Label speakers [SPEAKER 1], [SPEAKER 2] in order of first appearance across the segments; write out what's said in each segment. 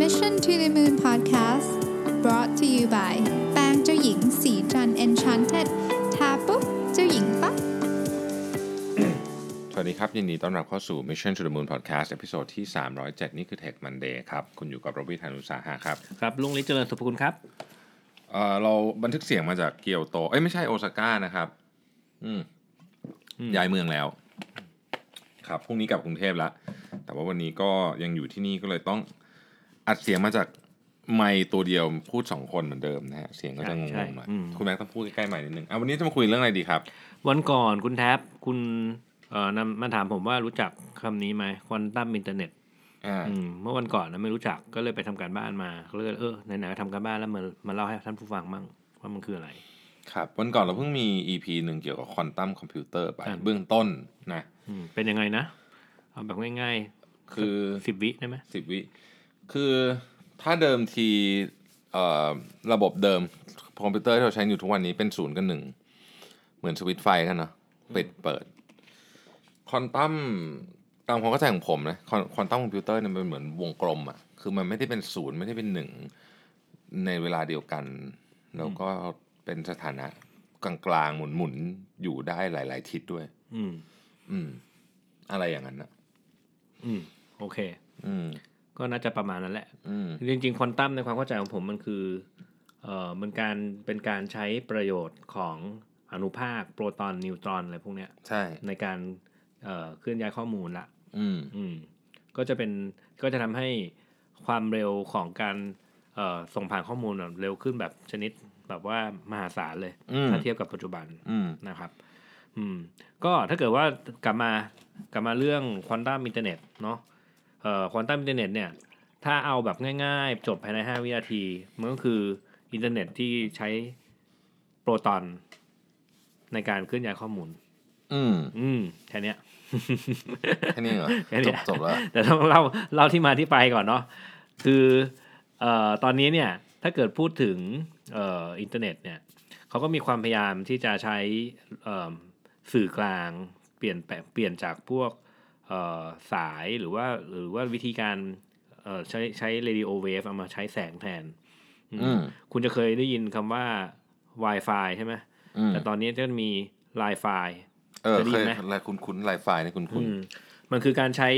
[SPEAKER 1] Mission to the Moon Podcast brought to you by แปรงเจ้าหญิงสีจัน Enchanted ทาปุ๊บเจ้าหญิงปั๊บ
[SPEAKER 2] สวัสดีครับ ยินดีต้อนรับเข้าสู่ Mission to the Moon Podcast ตอนที่ 307 นี่คือ Tech Monday ครับ คุณอยู่กับโรบิทานุสาหะครับ
[SPEAKER 3] ครับลุงลิศเจริญสุภคุณครับ
[SPEAKER 2] เอ่อเราบันทึกเสียงมาจากเกียวโต เอ้ย ไม่ใช่โอซาก้านะครับ อืม
[SPEAKER 3] อืม
[SPEAKER 2] ย้ายเมืองแล้ว ครับพรุ่งนี้กลับกรุงเทพแล้ว แต่ว่าวันนี้ก็ยังอยู่ที่นี่ก็เลยต้องอัดเสียงมาจากไมค์ตัวเดียวพูดสองคนเหมือนเดิมนะฮะเสียงก็จะง
[SPEAKER 3] ใช่
[SPEAKER 2] งๆหน่อย
[SPEAKER 3] อืม
[SPEAKER 2] คุณแม็กซ์ต้องพูดใกล้ๆใหม่นิดนึงอ่ะวันนี้จะมาคุยเรื่องอะไรดีครับ
[SPEAKER 3] วันก่อนคุณแท็บคุณเอ่อนำมาถามผมว่ารู้จักคำนี้ไหมควอนตัมอินเทอร์เน็ต
[SPEAKER 2] อ่า
[SPEAKER 3] เมื่อวันก่อนนะไม่รู้จักก็เลยไปทำการบ้านมาก็เลยเออไหนๆไปทำการบ้านแล้วมามาเล่าให้ท่านผู้ฟังมั่งว่ามันคืออะไร
[SPEAKER 2] ครับ วันก่อนเราเพิ่งมี EP หนึ่งเกี่ยวกับควอนตัมคอมพิวเตอร์ไป
[SPEAKER 3] ครับ
[SPEAKER 2] เบื้องต้นนะ
[SPEAKER 3] อืมเป็นยังไงนะเอาแบบง่าย
[SPEAKER 2] คือ
[SPEAKER 3] ๆสิบวิได้ไหม
[SPEAKER 2] สิบวิ คือถ้าเดิมทีเอ่อระบบเดิมคอมพิวเตอร์ที่เราใช้อยู่ทุกวันนี้เป็นศูนย์กับหนึ่ง เหมือนสวิตช์ไฟกันเนาะปิดเปิด คอนตัมตามความเข้าใจของผมนะคอนควอนตัมคอมพิวเตอร์เนี่ยมันเหมือนวงกลมอะ่ะ คือมันไม่ได้เป็นศูนย์ไม่ได้เป็นหนึ่งในเวลาเดียวกัน แล้วก็เป็นสถานะกลางๆหมุนๆอยู่ได้หลาย ๆ ทิศด้วย
[SPEAKER 3] อืม
[SPEAKER 2] อืม อะไรอย่างนั้นนะ
[SPEAKER 3] อืมโอเค
[SPEAKER 2] อืม
[SPEAKER 3] ก็น่าจะประมาณนั้นแหละ
[SPEAKER 2] อืม
[SPEAKER 3] จริงๆควอนตัมในความเข้าใจของผมมันคือเอ่อมันการเป็นการใช้ประโยชน์ของอนุภาคโปรตอนนิวตรอนอะไรพวกเนี้ย
[SPEAKER 2] ใช่
[SPEAKER 3] ในการเอ่อเคลื่อนย้ายข้อมูลละ
[SPEAKER 2] อืม
[SPEAKER 3] อืมก็จะเป็นก็จะทำให้ความเร็วของการเอ่อส่งผ่านข้อมูลแบบเร็วขึ้นแบบชนิดแบบว่ามหาศาลเลย
[SPEAKER 2] อืม
[SPEAKER 3] ถ้าเทียบกับปัจจุบัน
[SPEAKER 2] อืม
[SPEAKER 3] นะครับ อืมก็ถ้าเกิดว่ากลับมากลับมาเรื่องควอนตัมอินเทอร์เน็ตเนาะเอ่อควอนตัมอินเทอร์เน็ตเนี่ย ถ้าเอาแบบง่ายๆ จบภายใน 5 วินาที มันก็คืออินเทอร์เน็ตที่ใช้โปรตอนในการเคลื่อนย้ายข้อมูล
[SPEAKER 2] อืม
[SPEAKER 3] อืมแค่เนี้ย
[SPEAKER 2] แค่นี้เหรอ
[SPEAKER 3] แค่นี้
[SPEAKER 2] จบจบแล้ว
[SPEAKER 3] แต่ต้อง เล่าเล่าที่มาที่ไปก่อนเนาะคือเอ่อตอนนี้เนี่ยถ้าเกิดพูดถึงเอ่ออินเทอร์เน็ตเนี่ยเขาก็มีความพยายามที่จะใช้เอ่อสื่อกลางเปลี่ยนแปลงเปลี่ยนจากพวกเอ่อสายหรือว่าหรือว่าวิธีการเอ่อใช้ใช้เรดิโอเวฟเอามาใช้แสงแทนอืม
[SPEAKER 2] อืม
[SPEAKER 3] คุณจะเคยได้ยินคำว่า Wi-Fi ใช่ไหม
[SPEAKER 2] อืม
[SPEAKER 3] แต่ตอนนี้จะมี Li-Fi
[SPEAKER 2] เออเคย
[SPEAKER 3] เคยได้ยินไหม
[SPEAKER 2] ไลน์คุณคุณไลน์ไฟล์เนี่ยคุณคุ
[SPEAKER 3] อื
[SPEAKER 2] ณ
[SPEAKER 3] มมันคือการใช้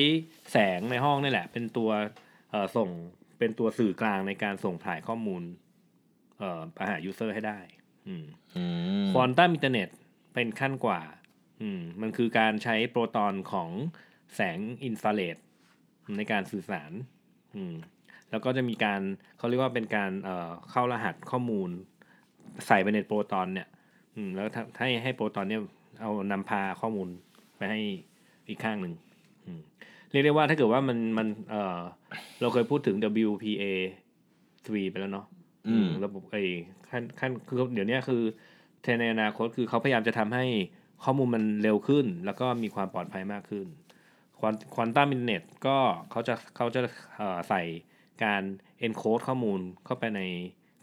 [SPEAKER 3] แสงในห้องนี่แหละ เป็นตัวเอ่อส่งเป็นตัวสื่อกลางในการส่งถ่ายข้อมูลเอ่อไปหายูเซอร์ให้ได้
[SPEAKER 2] อืม
[SPEAKER 3] ควอนตัมอินเทอร์เน็ตเป็นขั้นกว่าอืมมันคือการใช้โปรตอนของแสงอินฟราเรดในการสื่อสารอืมแล้วก็จะมีการเขาเรียกว่าเป็นการเอ่อเข้ารหัสข้อมูล ใส่ไปในโปรตอนเนี่ย อืมแล้วทำให้ให้โปรตอนเนี่ยเอานำพาข้อมูลไปให้อีกข้างหนึ่งอืมเรียกได้ว่าถ้าเกิดว่ามันมันเออเราเคยพูดถึง WPA 3 ไปแล้วเนาะ
[SPEAKER 2] อืม
[SPEAKER 3] ระบบไอ้ขั้นขั้นคือเดี๋ยวเนี้ยคือเทรนด์ในอนาคตคือเขาพยายามจะทำให้ข้อมูลมันเร็วขึ้น แล้วก็มีความปลอดภัยมากขึ้น ควอนควอนตัมอินเทอร์เน็ตก็เขาจะเขาจะเอ่อใส่การ encode ข้อมูลเข้าไปใน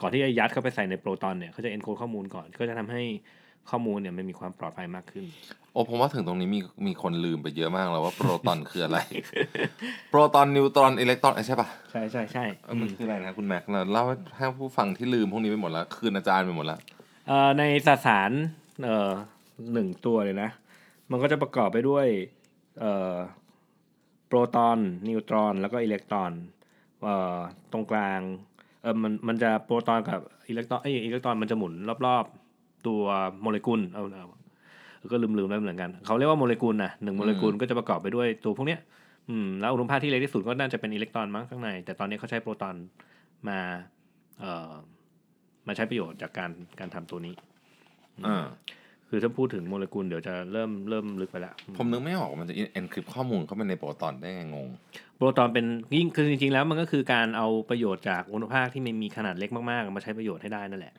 [SPEAKER 3] ก่อนที่จะยัดเข้าไปใส่ในโปรตอนเนี่ยเขาจะ encode ข้อมูลก่อน ก็จะทำให้ข้อมูลเนี่ยมันมีความปลอดภัยมากขึ้น
[SPEAKER 2] โอ้ผมว่าถึงตรงนี้มีมีคนลืมไปเยอะมากแล้วว่าโปรตอนคืออะไร โปรตอนนิวตรอนอิเล็กตรอนใช่ปะ
[SPEAKER 3] ใช่ใช่ใช่
[SPEAKER 2] เออมันคืออะไรนะคุณแม็กซ์เราเล่าให้ผู้ฟังที่ลืมพวกนี้ไปหมดแล้ว คืนอาจารย์ไปหมดแล้ว
[SPEAKER 3] เอ่อในสสารเอ่อหนึ่งตัวเลยนะ มันก็จะประกอบไปด้วยเอ่อโปรตอนนิวตรอน แล้วก็อิเล็กตรอนเอ่อตรงกลางเออมันมันจะโปรตอนกับอิเล็กตรอนเอยอิเล็กตรอนมันจะหมุนรอบๆ ตัวโมเลกุลเอาเอาก็ลืมๆแล้วเหมือนกันเขาเรียกว่าโมเลกุลนะหนึ่งโมเลกุลก็จะประกอบไปด้วยตัวพวกเนี้ยอืมแล้วอุณหภาคที่เล็กที่สุดก็น่าจะเป็นอิเล็กตรอนมั้งข้างใน แต่ตอนนี้เขาใช้โปรตอนมาเอ่อมาใช้ประโยชน์จากการการทำตัวนี้
[SPEAKER 2] อ่า
[SPEAKER 3] คือถ้าพูดถึงโมเลกุลเดี๋ยวจะเริ่มเริ่มลึกไปแล้ว
[SPEAKER 2] ผมนึกไม่ออกว่ามันจะเอนคริปข้อมูลเข้าไปในโปรตอนได้ไงงง
[SPEAKER 3] โปรตอนเป็นยิ่งคือจริงๆแล้วมันก็คือการเอาประโยชน์จากอุณหภาคที่มันมีขนาดเล็กมากๆ มาใช้ประโยชน์ให้ได้นั่นแหละ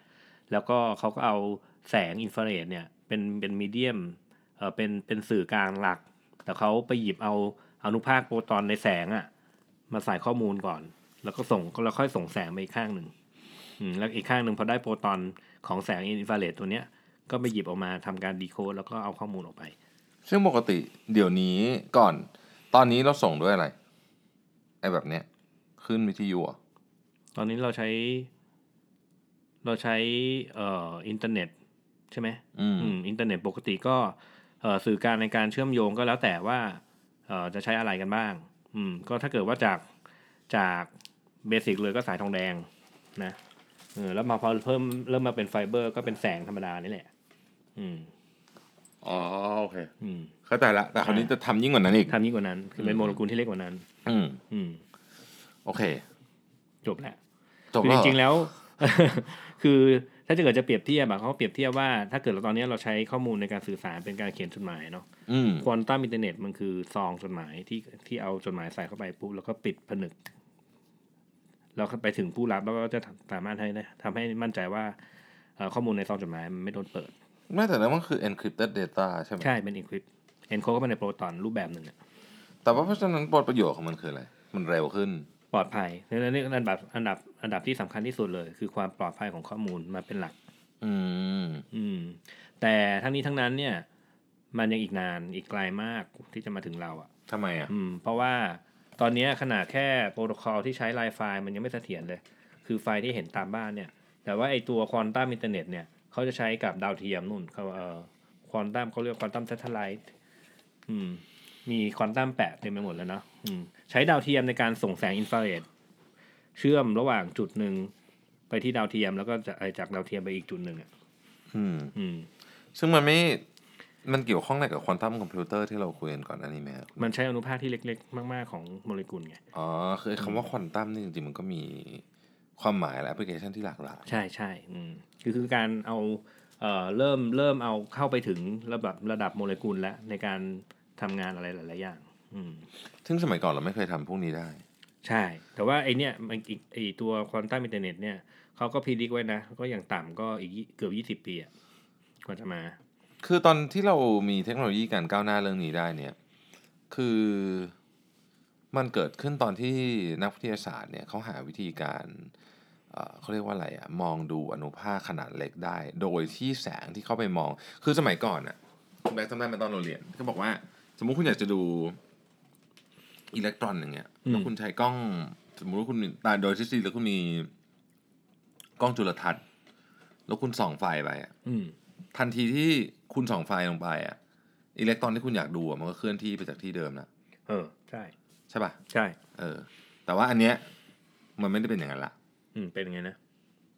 [SPEAKER 3] แล้วก็เขาก็เอาแสงอินฟราเรดเนี่ยเป็นเป็นมีเดียมเออเป็นเป็นสื่อกลางหลัก แต่เขาไปหยิบเอาอนุภาคโปรตอนในแสงอะมาใส่ข้อมูลก่อน แล้วก็ส่งแล้วค่อยส่งแสงไปอีกข้างหนึ่งอืมแล้วอีกข้างหนึ่งพอได้โปรตอนของแสงอินฟราเรดตัวเนี้ยก็ไปหยิบออกมาทำการดีโคดแล้วก็เอาข้อมูลออกไป
[SPEAKER 2] ซึ่งปกติเดี๋ยวนี้ก่อน ตอนนี้เราส่งด้วยอะไรไอ้แบบเนี้ย ค ขึ้นวิทยุอะ
[SPEAKER 3] ตอนนี้เราใช้ เราใช้เอ่ออินเทอร์เน็ตใช่ไหม
[SPEAKER 2] อืม
[SPEAKER 3] อืมอินเทอร์เน็ตปกติก็เอ่อสื่อการในการเชื่อมโยงก็แล้วแต่ว่าเอ่อจะใช้อะไรกันบ้าง อืมก็ถ้าเกิดว่าจากจากเบสิกเลยก็สายทองแดงนะเออแล้วมาพอเพิ่มเริ่มมาเป็นไฟเบอร์ ก็เป็นแสงธรรมดานี่แหละ อืม
[SPEAKER 2] อ๋อโอเค
[SPEAKER 3] อืม
[SPEAKER 2] เข้าใจละ แต่คราวนี้จะทำยิ่งกว่านั้นอีก
[SPEAKER 3] ทำยิ่งกว่านั้น คือเป็นโมเลกุลที่เล็กกว่านั้น
[SPEAKER 2] อืม
[SPEAKER 3] อืม
[SPEAKER 2] โอเค
[SPEAKER 3] จบแล้ว
[SPEAKER 2] จบ
[SPEAKER 3] คือ
[SPEAKER 2] แล้วเหอ
[SPEAKER 3] จริงๆแล้ว คือถ้าเกิดจะเปรียบเทียบอะเขาเปรียบเทียบว่าถ้าเกิดเราตอนนี้เราใช้ข้อมูลในการสื่อสารเป็นการเขียนจดหมายเนาะ
[SPEAKER 2] อืม
[SPEAKER 3] ควอนตัมอินเทอร์เน็ตมันคือซองจดหมายที่ที่เอาจดหมายใส่เข้าไปปุ๊บแล้วก็ปิดผนึก แล้วก็ไปถึงผู้รับแล้วก็จะสามารถให้ได้ทำให้มั่นใจว่าเอ่อข้อมูลในซองจดหมายมันไม่โดนเปิด
[SPEAKER 2] ไม่แต่แล้วมันคือ encrypted data ใช่ไหม
[SPEAKER 3] ใช่เป็นอีควิปเอนโคก็เป็นในโปรตอนรูปแบบหนึ่งอะ
[SPEAKER 2] แต่ว่าเพราะฉะนั้นบทประโยชน์ของมันคืออะไร มันเร็วขึ้น
[SPEAKER 3] ปลอดภัยนั่นนี่อันดับอันดับอันดับที่สำคัญที่สุดเลย คือความปลอดภัยของข้อมูลมาเป็นหลัก
[SPEAKER 2] อืม
[SPEAKER 3] อืม แต่ทั้งนี้ทั้งนั้นเนี่ย มันยังอีกนานอีกไกลมากที่จะมาถึงเราอะ
[SPEAKER 2] ทำไมอ่ะ
[SPEAKER 3] อืมเพราะว่าตอนเนี้ยขนาดแค่โปรโตคอลที่ใช้ไลน์ไฟล์มันยังไม่เสถียรเลย คือไฟล์ที่เห็นตามบ้านเนี่ย แต่ว่าไอตัวควอนตัมอินเทอร์เน็ตเนี่ยเขาจะใช้กับดาวเทียมนู่นเขาเอ่อควอนตัมเขาเรียกควอนตัมเซทเทไลท์อืมมีควอนตัมแปะเต็มไปหมดแล้วเนาะอืมใช้ดาวเทียมในการส่งแสงอินฟราเรดเชื่อมระหว่างจุดหนึ่งไปที่ดาวเทียมแล้วก็จะไอ้จากดาวเทียมไปอีกจุดหนึ่งอ่ะ
[SPEAKER 2] อืม
[SPEAKER 3] อืม
[SPEAKER 2] ซึ่งมันไม่ มันเกี่ยวข้องอะไรกับควอนตัมคอมพิวเตอร์ที่เราคุยกันก่อนหนันนี้ไหมครับ
[SPEAKER 3] มันใช้อนุภาคที่เล็กๆ มากๆของโมเลกุลไง
[SPEAKER 2] อ๋อ คือไอ้คำว่าควอนตัมนี่จริงๆ มันก็มีความหมายและแอปพลิเคชันที่หลากหลาย
[SPEAKER 3] ใช่ใช่อืมคือคือการเอาเอ่อเริ่มเริ่มเอาเข้าไปถึงระดับระดับโมเลกุลแล้วในการทำงานอะไรหลาย ๆ อย่าง อืม
[SPEAKER 2] ซึ่งสมัยก่อนเราไม่เคยทำพวกนี้ได้
[SPEAKER 3] ใช่ แต่ว่าไอเนี้ยมันอีกไอตัวควอนตัมอินเทอร์เน็ตเนี่ยเขาก็พิจิกไว้นะ ก็อย่างต่ำก็อีกยี่เกือบยี่สิบปีอะกว่าจะมา
[SPEAKER 2] คือตอนที่เรามีเทคโนโลยีการก้าวหน้าเรื่องนี้ได้เนี่ย คือมันเกิดขึ้นตอนที่นักวิทยาศาสตร์เนี่ยเขาหาวิธีการเอ่อเขาเรียกว่าอะไรอะมองดูอนุภาคขนาดเล็กได้ โดยที่แสงที่เข้าไปมอง คือสมัยก่อนอะคุณแบงค์จำได้ไหมตอนเราเรียนก็บอกว่า สมมุติคุณอยากจะดูอิเล็กตรอนอย่างเงี้ยแล้วคุณใช้กล้อง สมมุติว่าคุณมีตาโดยทฤษฎีแล้วคุณมีกล้องจุลทรรศน์ แล้วคุณส่องไฟไปอะ
[SPEAKER 3] อืม
[SPEAKER 2] ทันทีที่คุณส่องไฟลงไปอะอิเล็กตรอนที่คุณอยากดูอะมันก็เคลื่อนที่ไปจากที่เดิมนะ
[SPEAKER 3] เออ ใช่
[SPEAKER 2] ใช่ปะ่ะ
[SPEAKER 3] ใช่
[SPEAKER 2] เออ แต่ว่าอันเนี้ยมันไม่ได้เป็นอย่างนั้นละ
[SPEAKER 3] อืมเป็นยังไงนะ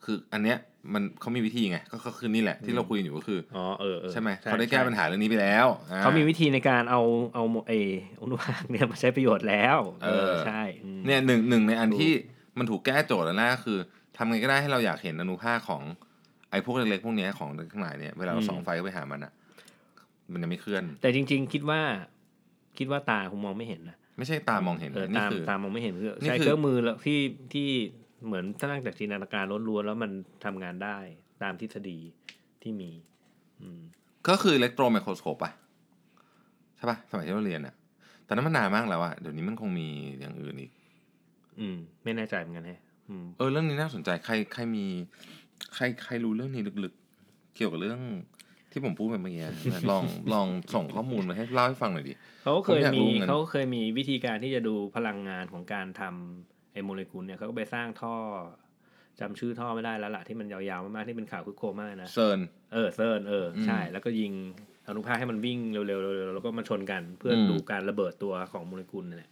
[SPEAKER 2] คืออันเนี้ยมันเขามีวิธีไงก็ก็คือนี่แหละ ที่เราคุยกันอยู่ก็คือ
[SPEAKER 3] อ๋อเออเออ
[SPEAKER 2] ใช่ไหมเขาได้แก้ปัญหาเรื่องนี้ไปแล้วอ่
[SPEAKER 3] เขามีวิธีในการเอาเอาโมเออนุภาคเนี่ยมาใช้ประโยชน์แล้ว
[SPEAKER 2] เออ
[SPEAKER 3] ใช่อืม
[SPEAKER 2] เนี่ยหนึ่งหนึ่งในอัน
[SPEAKER 3] ถูก
[SPEAKER 2] ที่มันถูกแก้โจทย์แล้วนะคือทำไงก็ได้ให้เราอยากเห็นอนุภาคของไอ้พวกเล็กๆพวกเนี้ยของทั้งหลายเนี่ยเวลาเราส่องไฟเข้าไปหามันอะมันยังไม่เคลื่อน
[SPEAKER 3] แต่จริง ๆ คิดว่า คิดว่าตาคงมองไม่เห็นนะ
[SPEAKER 2] ไม่ใช่ตามองเห็น
[SPEAKER 3] เออ
[SPEAKER 2] นี่
[SPEAKER 3] ตาม
[SPEAKER 2] คือ
[SPEAKER 3] ตามองไม่เห็นคือ
[SPEAKER 2] นี่
[SPEAKER 3] ใช้
[SPEAKER 2] คือ
[SPEAKER 3] เครื่องมือแล้วที่ที่เหมือนถ้านั่งจากจินตนาการล้วนๆแล้วมันทำงานได้ตามทฤษฎีที่มี อืม
[SPEAKER 2] ก็คืออิเล็กโทรไมโครสโคปอะใช่ปะสมัยที่เราเรียนอะแต่นั้นมันนานมากแล้วอะเดี๋ยวนี้มันคงมีอย่างอื่นอีก
[SPEAKER 3] อืม ไม่แน่ใจเหมือนกันแฮะอืม
[SPEAKER 2] เออเรื่องนี้น่าสนใจใครใครมีใครใครรู้เรื่องนี้ลึกๆ เกี่ยวกับเรื่องที่ผมพูดไปเมื่อกี้ นะ ลองลองส่งข้อมูลมาให้เล่าให้ฟังหน่อยดิ
[SPEAKER 3] เขาก็เค
[SPEAKER 2] ผ
[SPEAKER 3] ย
[SPEAKER 2] มอยากรู้
[SPEAKER 3] มี
[SPEAKER 2] เหมือนกัน
[SPEAKER 3] เขาเคยมีวิธีการที่จะดูพลังงานของการทำไอโมเลกุลเนี่ยเขาก็ไปสร้างท่อจำชื่อท่อไม่ได้แล้วล่ะที่มันยาวๆมากๆที่เป็นข่าวคึกโครมมากนะ
[SPEAKER 2] เซิร์น
[SPEAKER 3] เออเซิร์นเอออ
[SPEAKER 2] ม
[SPEAKER 3] ใช่แล้วก็ยิงอนุภาคให้มันวิ่งเร็วๆเร็วๆแล้วก็มาชนกันเพื่ออ
[SPEAKER 2] ม
[SPEAKER 3] ดูการระเบิดตัวของโมเลกุลนี่แหละ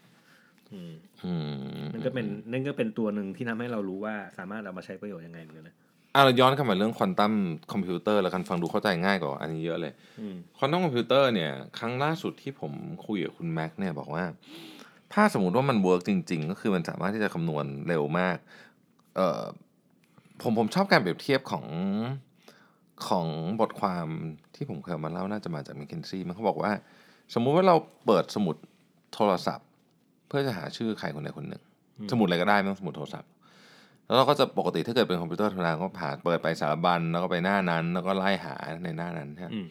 [SPEAKER 3] อืม
[SPEAKER 2] อืม
[SPEAKER 3] นั่นก็เป็นนั่นก็เป็นตัวหนึ่งที่ทำให้เรารู้ว่าสามารถเอามาใช้ประโยชน์ยังไงเหมือนกันนะ
[SPEAKER 2] อ่ะเราย้อนกลับมาเรื่องควอนตัมคอมพิวเตอร์แล้วกันฟังดูเข้าใจง่ายกว่าอันนี้เยอะเลย
[SPEAKER 3] อืม
[SPEAKER 2] ควอนตัมคอมพิวเตอร์เนี่ย ครั้งล่าสุดที่ผมคุยกับคุณแม็กซ์เนี่ยบอกว่า ถ้าสมมติว่ามันเวิร์กจริง ๆ ก็คือมันสามารถที่จะคำนวณเร็วมากเอ่อผมผมชอบการเปรียบเทียบของของบทความที่ผมเคยเอามาเล่าน่าจะมาจาก m c k เคนซี่มันเขาบอกว่า สมมุติว่าเราเปิดสมุดโทรศัพท์ เพื่อจะหาชื่อใครคนใดคนหนึ่ง สมุดอะไรก็ได้ไม่ต้องสมุดโทรศัพท์ แล้วเราก็จะปกติถ้าเกิดเป็นคอมพิวเตอร์ธรรมดาก็หาเปิดไปสารบัญแล้วก็ไปหน้านั้น แล้วก็ไล่หาในหน้านั้นใช่ไหม
[SPEAKER 3] อืม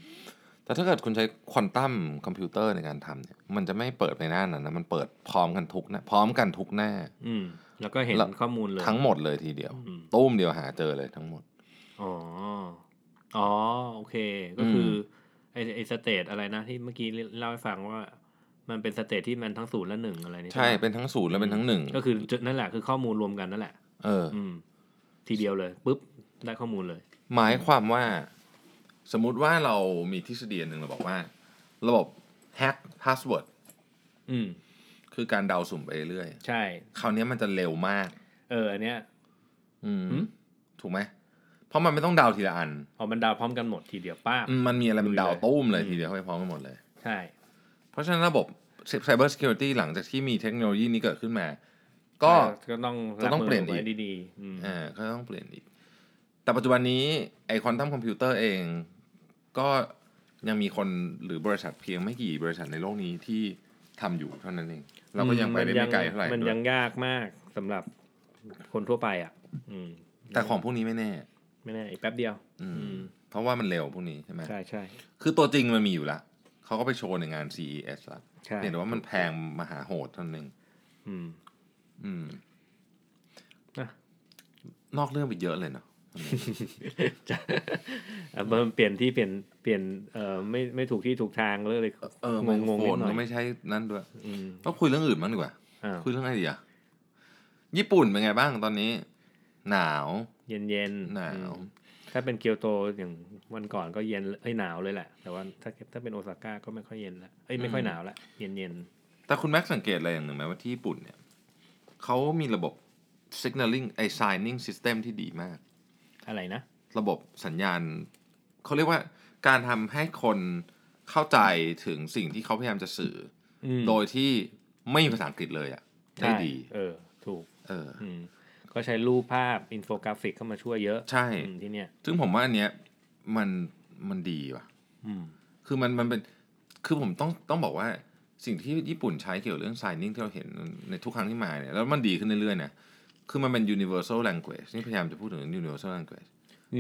[SPEAKER 2] แต่ถ้าเกิดคุณใช้ควอนตัมคอมพิวเตอร์ในการทำเนี่ย มันจะไม่เปิดในหน้านั้นนะ มันเปิดพร้อมกันทุกหนะพร้อมกันทุกหน้า
[SPEAKER 3] อืมแล้วก็เห็น
[SPEAKER 2] แล้ว
[SPEAKER 3] ข้อมูลเลย
[SPEAKER 2] ทั้งหมดเลยทีเดียว
[SPEAKER 3] อืม
[SPEAKER 2] ตุ้มเดียวหาเจอเลยทั้งหมด
[SPEAKER 3] อ๋ออ๋อโอเค ก็คืออไอไอสเตทอะไรนะที่เมื่อกี้เล่าให้ฟังว่า มันเป็นสเตทที่มันทั้งศูนย์และหนึ่งอะไรนี่
[SPEAKER 2] ใช่
[SPEAKER 3] ไหม
[SPEAKER 2] เป็นทั้งศูนย์และเป็นทั้งหนึ่ง
[SPEAKER 3] ก็คือจุดนั่นแหละคือข้อมูลรวมกันนั่นแหละ
[SPEAKER 2] เออ
[SPEAKER 3] อืม ทีเดียวเลยปุ๊บได้ข้อมูลเลย
[SPEAKER 2] หมายความว่า สมมุติว่าเรามีทฤษฎีอันหนึ่งเราบอกว่า ระบบแฮกพาสเวิร์ด
[SPEAKER 3] อืม
[SPEAKER 2] คือการเดาสุ่มไปเรื่อย
[SPEAKER 3] ใช่
[SPEAKER 2] คราวเนี้ยมันจะเร็วมาก
[SPEAKER 3] เอออันเนี้ย
[SPEAKER 2] อืม
[SPEAKER 3] หืม
[SPEAKER 2] ถูกไหมเพราะมันไม่ต้องเดาทีละอัน
[SPEAKER 3] พอมันดาวพร้อมกันหมดทีเดียวป้าบ
[SPEAKER 2] อืมมันมีอะไรมันเดา
[SPEAKER 3] ลุยเลย
[SPEAKER 2] ตุ้มเลยทีเดียวเข้าไปพร้อมกันหมดเลย
[SPEAKER 3] ใช่
[SPEAKER 2] เพราะฉะนั้นระบบ Cyber Security หลังจากที่มีเทคโนโลยีนี้เกิดขึ้นมา ก็
[SPEAKER 3] ก็ต้อง
[SPEAKER 2] จะต้อง
[SPEAKER 3] รับมื
[SPEAKER 2] เปลี่ยนอีก
[SPEAKER 3] ไว้ดีๆอืม
[SPEAKER 2] อ่าก็ต้องเปลี่ยนอีก แต่ปัจจุบันนี้ไอคอนทัมคอมพิวเตอร์เอง ก็ยังมีคนหรือบริษัทเพียงไม่กี่บริษัทในโลกนี้ที่ทำอยู่เท่านั้นเอง เราก็ยังไปได้ไม่ไกลเท่าไหร่
[SPEAKER 3] มัน
[SPEAKER 2] ด้ว
[SPEAKER 3] ยั
[SPEAKER 2] ย
[SPEAKER 3] งยากมากสำหรับคนทั่วไปอ่ะ อืม
[SPEAKER 2] แต่ของพวกนี้ไม่แน่
[SPEAKER 3] ไม่แน่อีกแป๊บเดียว
[SPEAKER 2] อืม
[SPEAKER 3] อืม
[SPEAKER 2] เพราะว่ามันเร็วพวกนี้ใช่ไหม
[SPEAKER 3] ใช่ใช่
[SPEAKER 2] คือตัวจริงมันมีอยู่ละเขาก็ไปโชว์ในงาน CES ละ
[SPEAKER 3] ใช่
[SPEAKER 2] เห็นแต่ว่ามันแพงมหาโหดเท่านั้นเอง
[SPEAKER 3] อืม
[SPEAKER 2] อืม
[SPEAKER 3] นะ
[SPEAKER 2] นอกเรื่องไปเยอะเลยเนาะ
[SPEAKER 3] จะอ่ะมันเปลี่ยนที่เปลี่ยนเปลี่ยนเอ่อไม่ไม่ถูกที่ถูกทางเลยเลย
[SPEAKER 2] เออง ง
[SPEAKER 3] ง
[SPEAKER 2] ง
[SPEAKER 3] ๆ
[SPEAKER 2] ง
[SPEAKER 3] นิดหน่อย
[SPEAKER 2] ก็ไม่ใช่นั่นด้วย
[SPEAKER 3] อืม
[SPEAKER 2] ก็คุยเรื่องอื่นมั้างดีกว่า
[SPEAKER 3] อ่า
[SPEAKER 2] คุยเรื่องอะไรดีอะญี่ปุ่นเป็นไงบ้างตอนนี้ หนาว
[SPEAKER 3] เย็นเย็นๆ
[SPEAKER 2] หนาว
[SPEAKER 3] อืมถ้าเป็นเกียวโตอย่างวันก่อนก็เย็นเอ้ยหนาวเลยแหละ แต่ว่าถ้าถ้าเป็นโอซาก้าก็ไม่ค่อยเย็นละเอ้ยไม่ค่อยหนาวละเย็นเย็น
[SPEAKER 2] แต่คุณแม็กซ์สังเกตอะไรอย่างหนึ่งไหมว่าที่ญี่ปุ่นเนี่ยเขามีระบบ signaling ไอ signing system ที่ดีมาก
[SPEAKER 3] ๆอะไรนะ
[SPEAKER 2] ระบบสัญญาณ เขาเรียกว่าการทำให้คนเข้าใจถึงสิ่งที่เขาพยายามจะสื่อ
[SPEAKER 3] อื
[SPEAKER 2] อ
[SPEAKER 3] ม
[SPEAKER 2] โดยที่ไม่มีภาษาอังกฤษเลยอะได้
[SPEAKER 3] ใช่
[SPEAKER 2] ดี
[SPEAKER 3] เออ ถูก
[SPEAKER 2] เออ
[SPEAKER 3] อืม ก็ใช้รูปภาพ อินโฟกราฟิกเข้ามาช่วยเยอะ
[SPEAKER 2] ใช่
[SPEAKER 3] อืมที่เนี่ย
[SPEAKER 2] ซึ่งผมว่าอันเนี้ยมันมันดีว่ะ
[SPEAKER 3] อืม
[SPEAKER 2] คือมันมันเป็นคือผมต้องต้องบอกว่าสิ่งที่ญี่ปุ่นใช้เกี่ยวกับเรื่อง signing ที่เราเห็นในทุกครั้งที่มาเนี่ยแล้วมันดีขึ้นเรื่อยๆนะคือมันเป็น universal language นี่พยายามจะพูดถึง universal language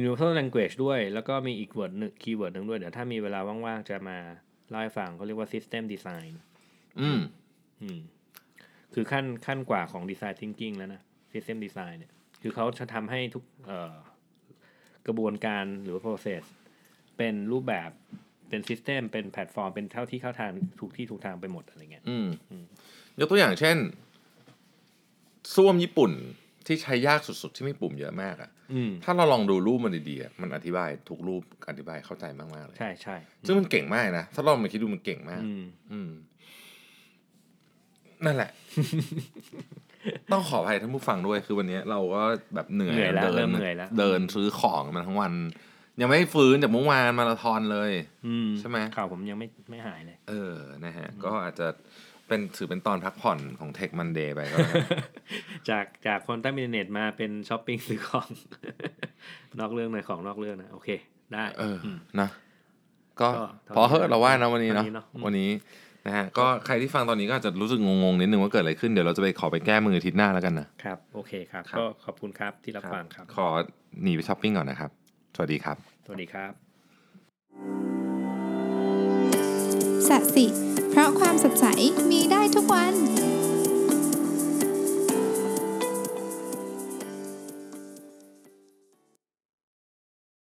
[SPEAKER 3] universal language ด้วย แล้วก็มีอีกเวิร์ดหนึ่งคีย์เวิร์ดหนึ่งด้วย เดี๋ยวถ้ามีเวลาว่างๆ จะมาเล่าให้ฟังเขาเรียกว่า system design
[SPEAKER 2] อืม
[SPEAKER 3] อืม คือขั้นขั้นกว่าของ design thinking แล้วนะ system design เนี่ย คือเขาจะทำให้ทุกเอ่อกระบวนการหรือว่า process เป็นรูปแบบเป็น system เป็นแพลตฟอร์ม เป็นเท่าที่เข้าทางถูกที่ถูกทางไปหมดอะไรเงี้ย
[SPEAKER 2] อืมยกตัวอย่างเช่นส้วมญี่ปุ่นที่ใช้ยากสุดๆ ที่มีปุ่มเยอะมากอะ
[SPEAKER 3] อืม
[SPEAKER 2] ถ้าเราลองดูรูปมันดีๆอะมันอธิบายทุกรูปอธิบายเข้าใจมากๆเลย
[SPEAKER 3] ใช่ใช่
[SPEAKER 2] ซึ่งมันเก่งมากนะถ้าลองมาคิดดูมันเก่งมาก
[SPEAKER 3] อืม
[SPEAKER 2] อืม นั่นแหละ ต้องขออภัยท่านผู้ฟังด้วยคือวันนี้เราก็แบบเหนื่อย
[SPEAKER 3] เหนื่อยแล้ว
[SPEAKER 2] ดิ
[SPEAKER 3] เริ่มเหนื่อยแล้ว
[SPEAKER 2] เดินซื้อของมาทั้งวัน ยังไม่ฟื้นจากเมื่อวานมาราธอนเลย
[SPEAKER 3] อืม
[SPEAKER 2] ใช่ไหม
[SPEAKER 3] ข่าวผมยังไม่ไม่หายเลย
[SPEAKER 2] เออนะฮะ ก็อาจจะเป็นถือเป็นตอนพักผ่อนของ Tech Monday ไปก็ แล้วกัน
[SPEAKER 3] จากจากคนใต้มินเน็ตมาเป็นช้อปปิ้งซื้อของ นอกเรื่องหน่อยของนอกเรื่องนะโอเค ได้
[SPEAKER 2] เอออนะก็
[SPEAKER 3] ก็
[SPEAKER 2] พอเหอะเราว่านะวันนี้เนาะ
[SPEAKER 3] วันนี้เนอะอืม
[SPEAKER 2] วันนี้นะฮะก็ใครที่ฟังตอนนี้ก็อาจจะรู้สึกงงๆนิดนึงว่าเกิดอะไรขึ้นเดี๋ยวเราจะไปขอไปแก้มืออาทิตย์หน้าแล้วกันนะ
[SPEAKER 3] ครับ โอเคครับ
[SPEAKER 2] ครับ
[SPEAKER 3] ก็ขอบคุณครับที่รับฟังครับ
[SPEAKER 2] ขอหนีไปช้อปปิ้งก่อนนะครับ สวัสดีครับ
[SPEAKER 3] สวัสดีครับ
[SPEAKER 1] สัสิ เพราะความสดใสมีได้ทุกวัน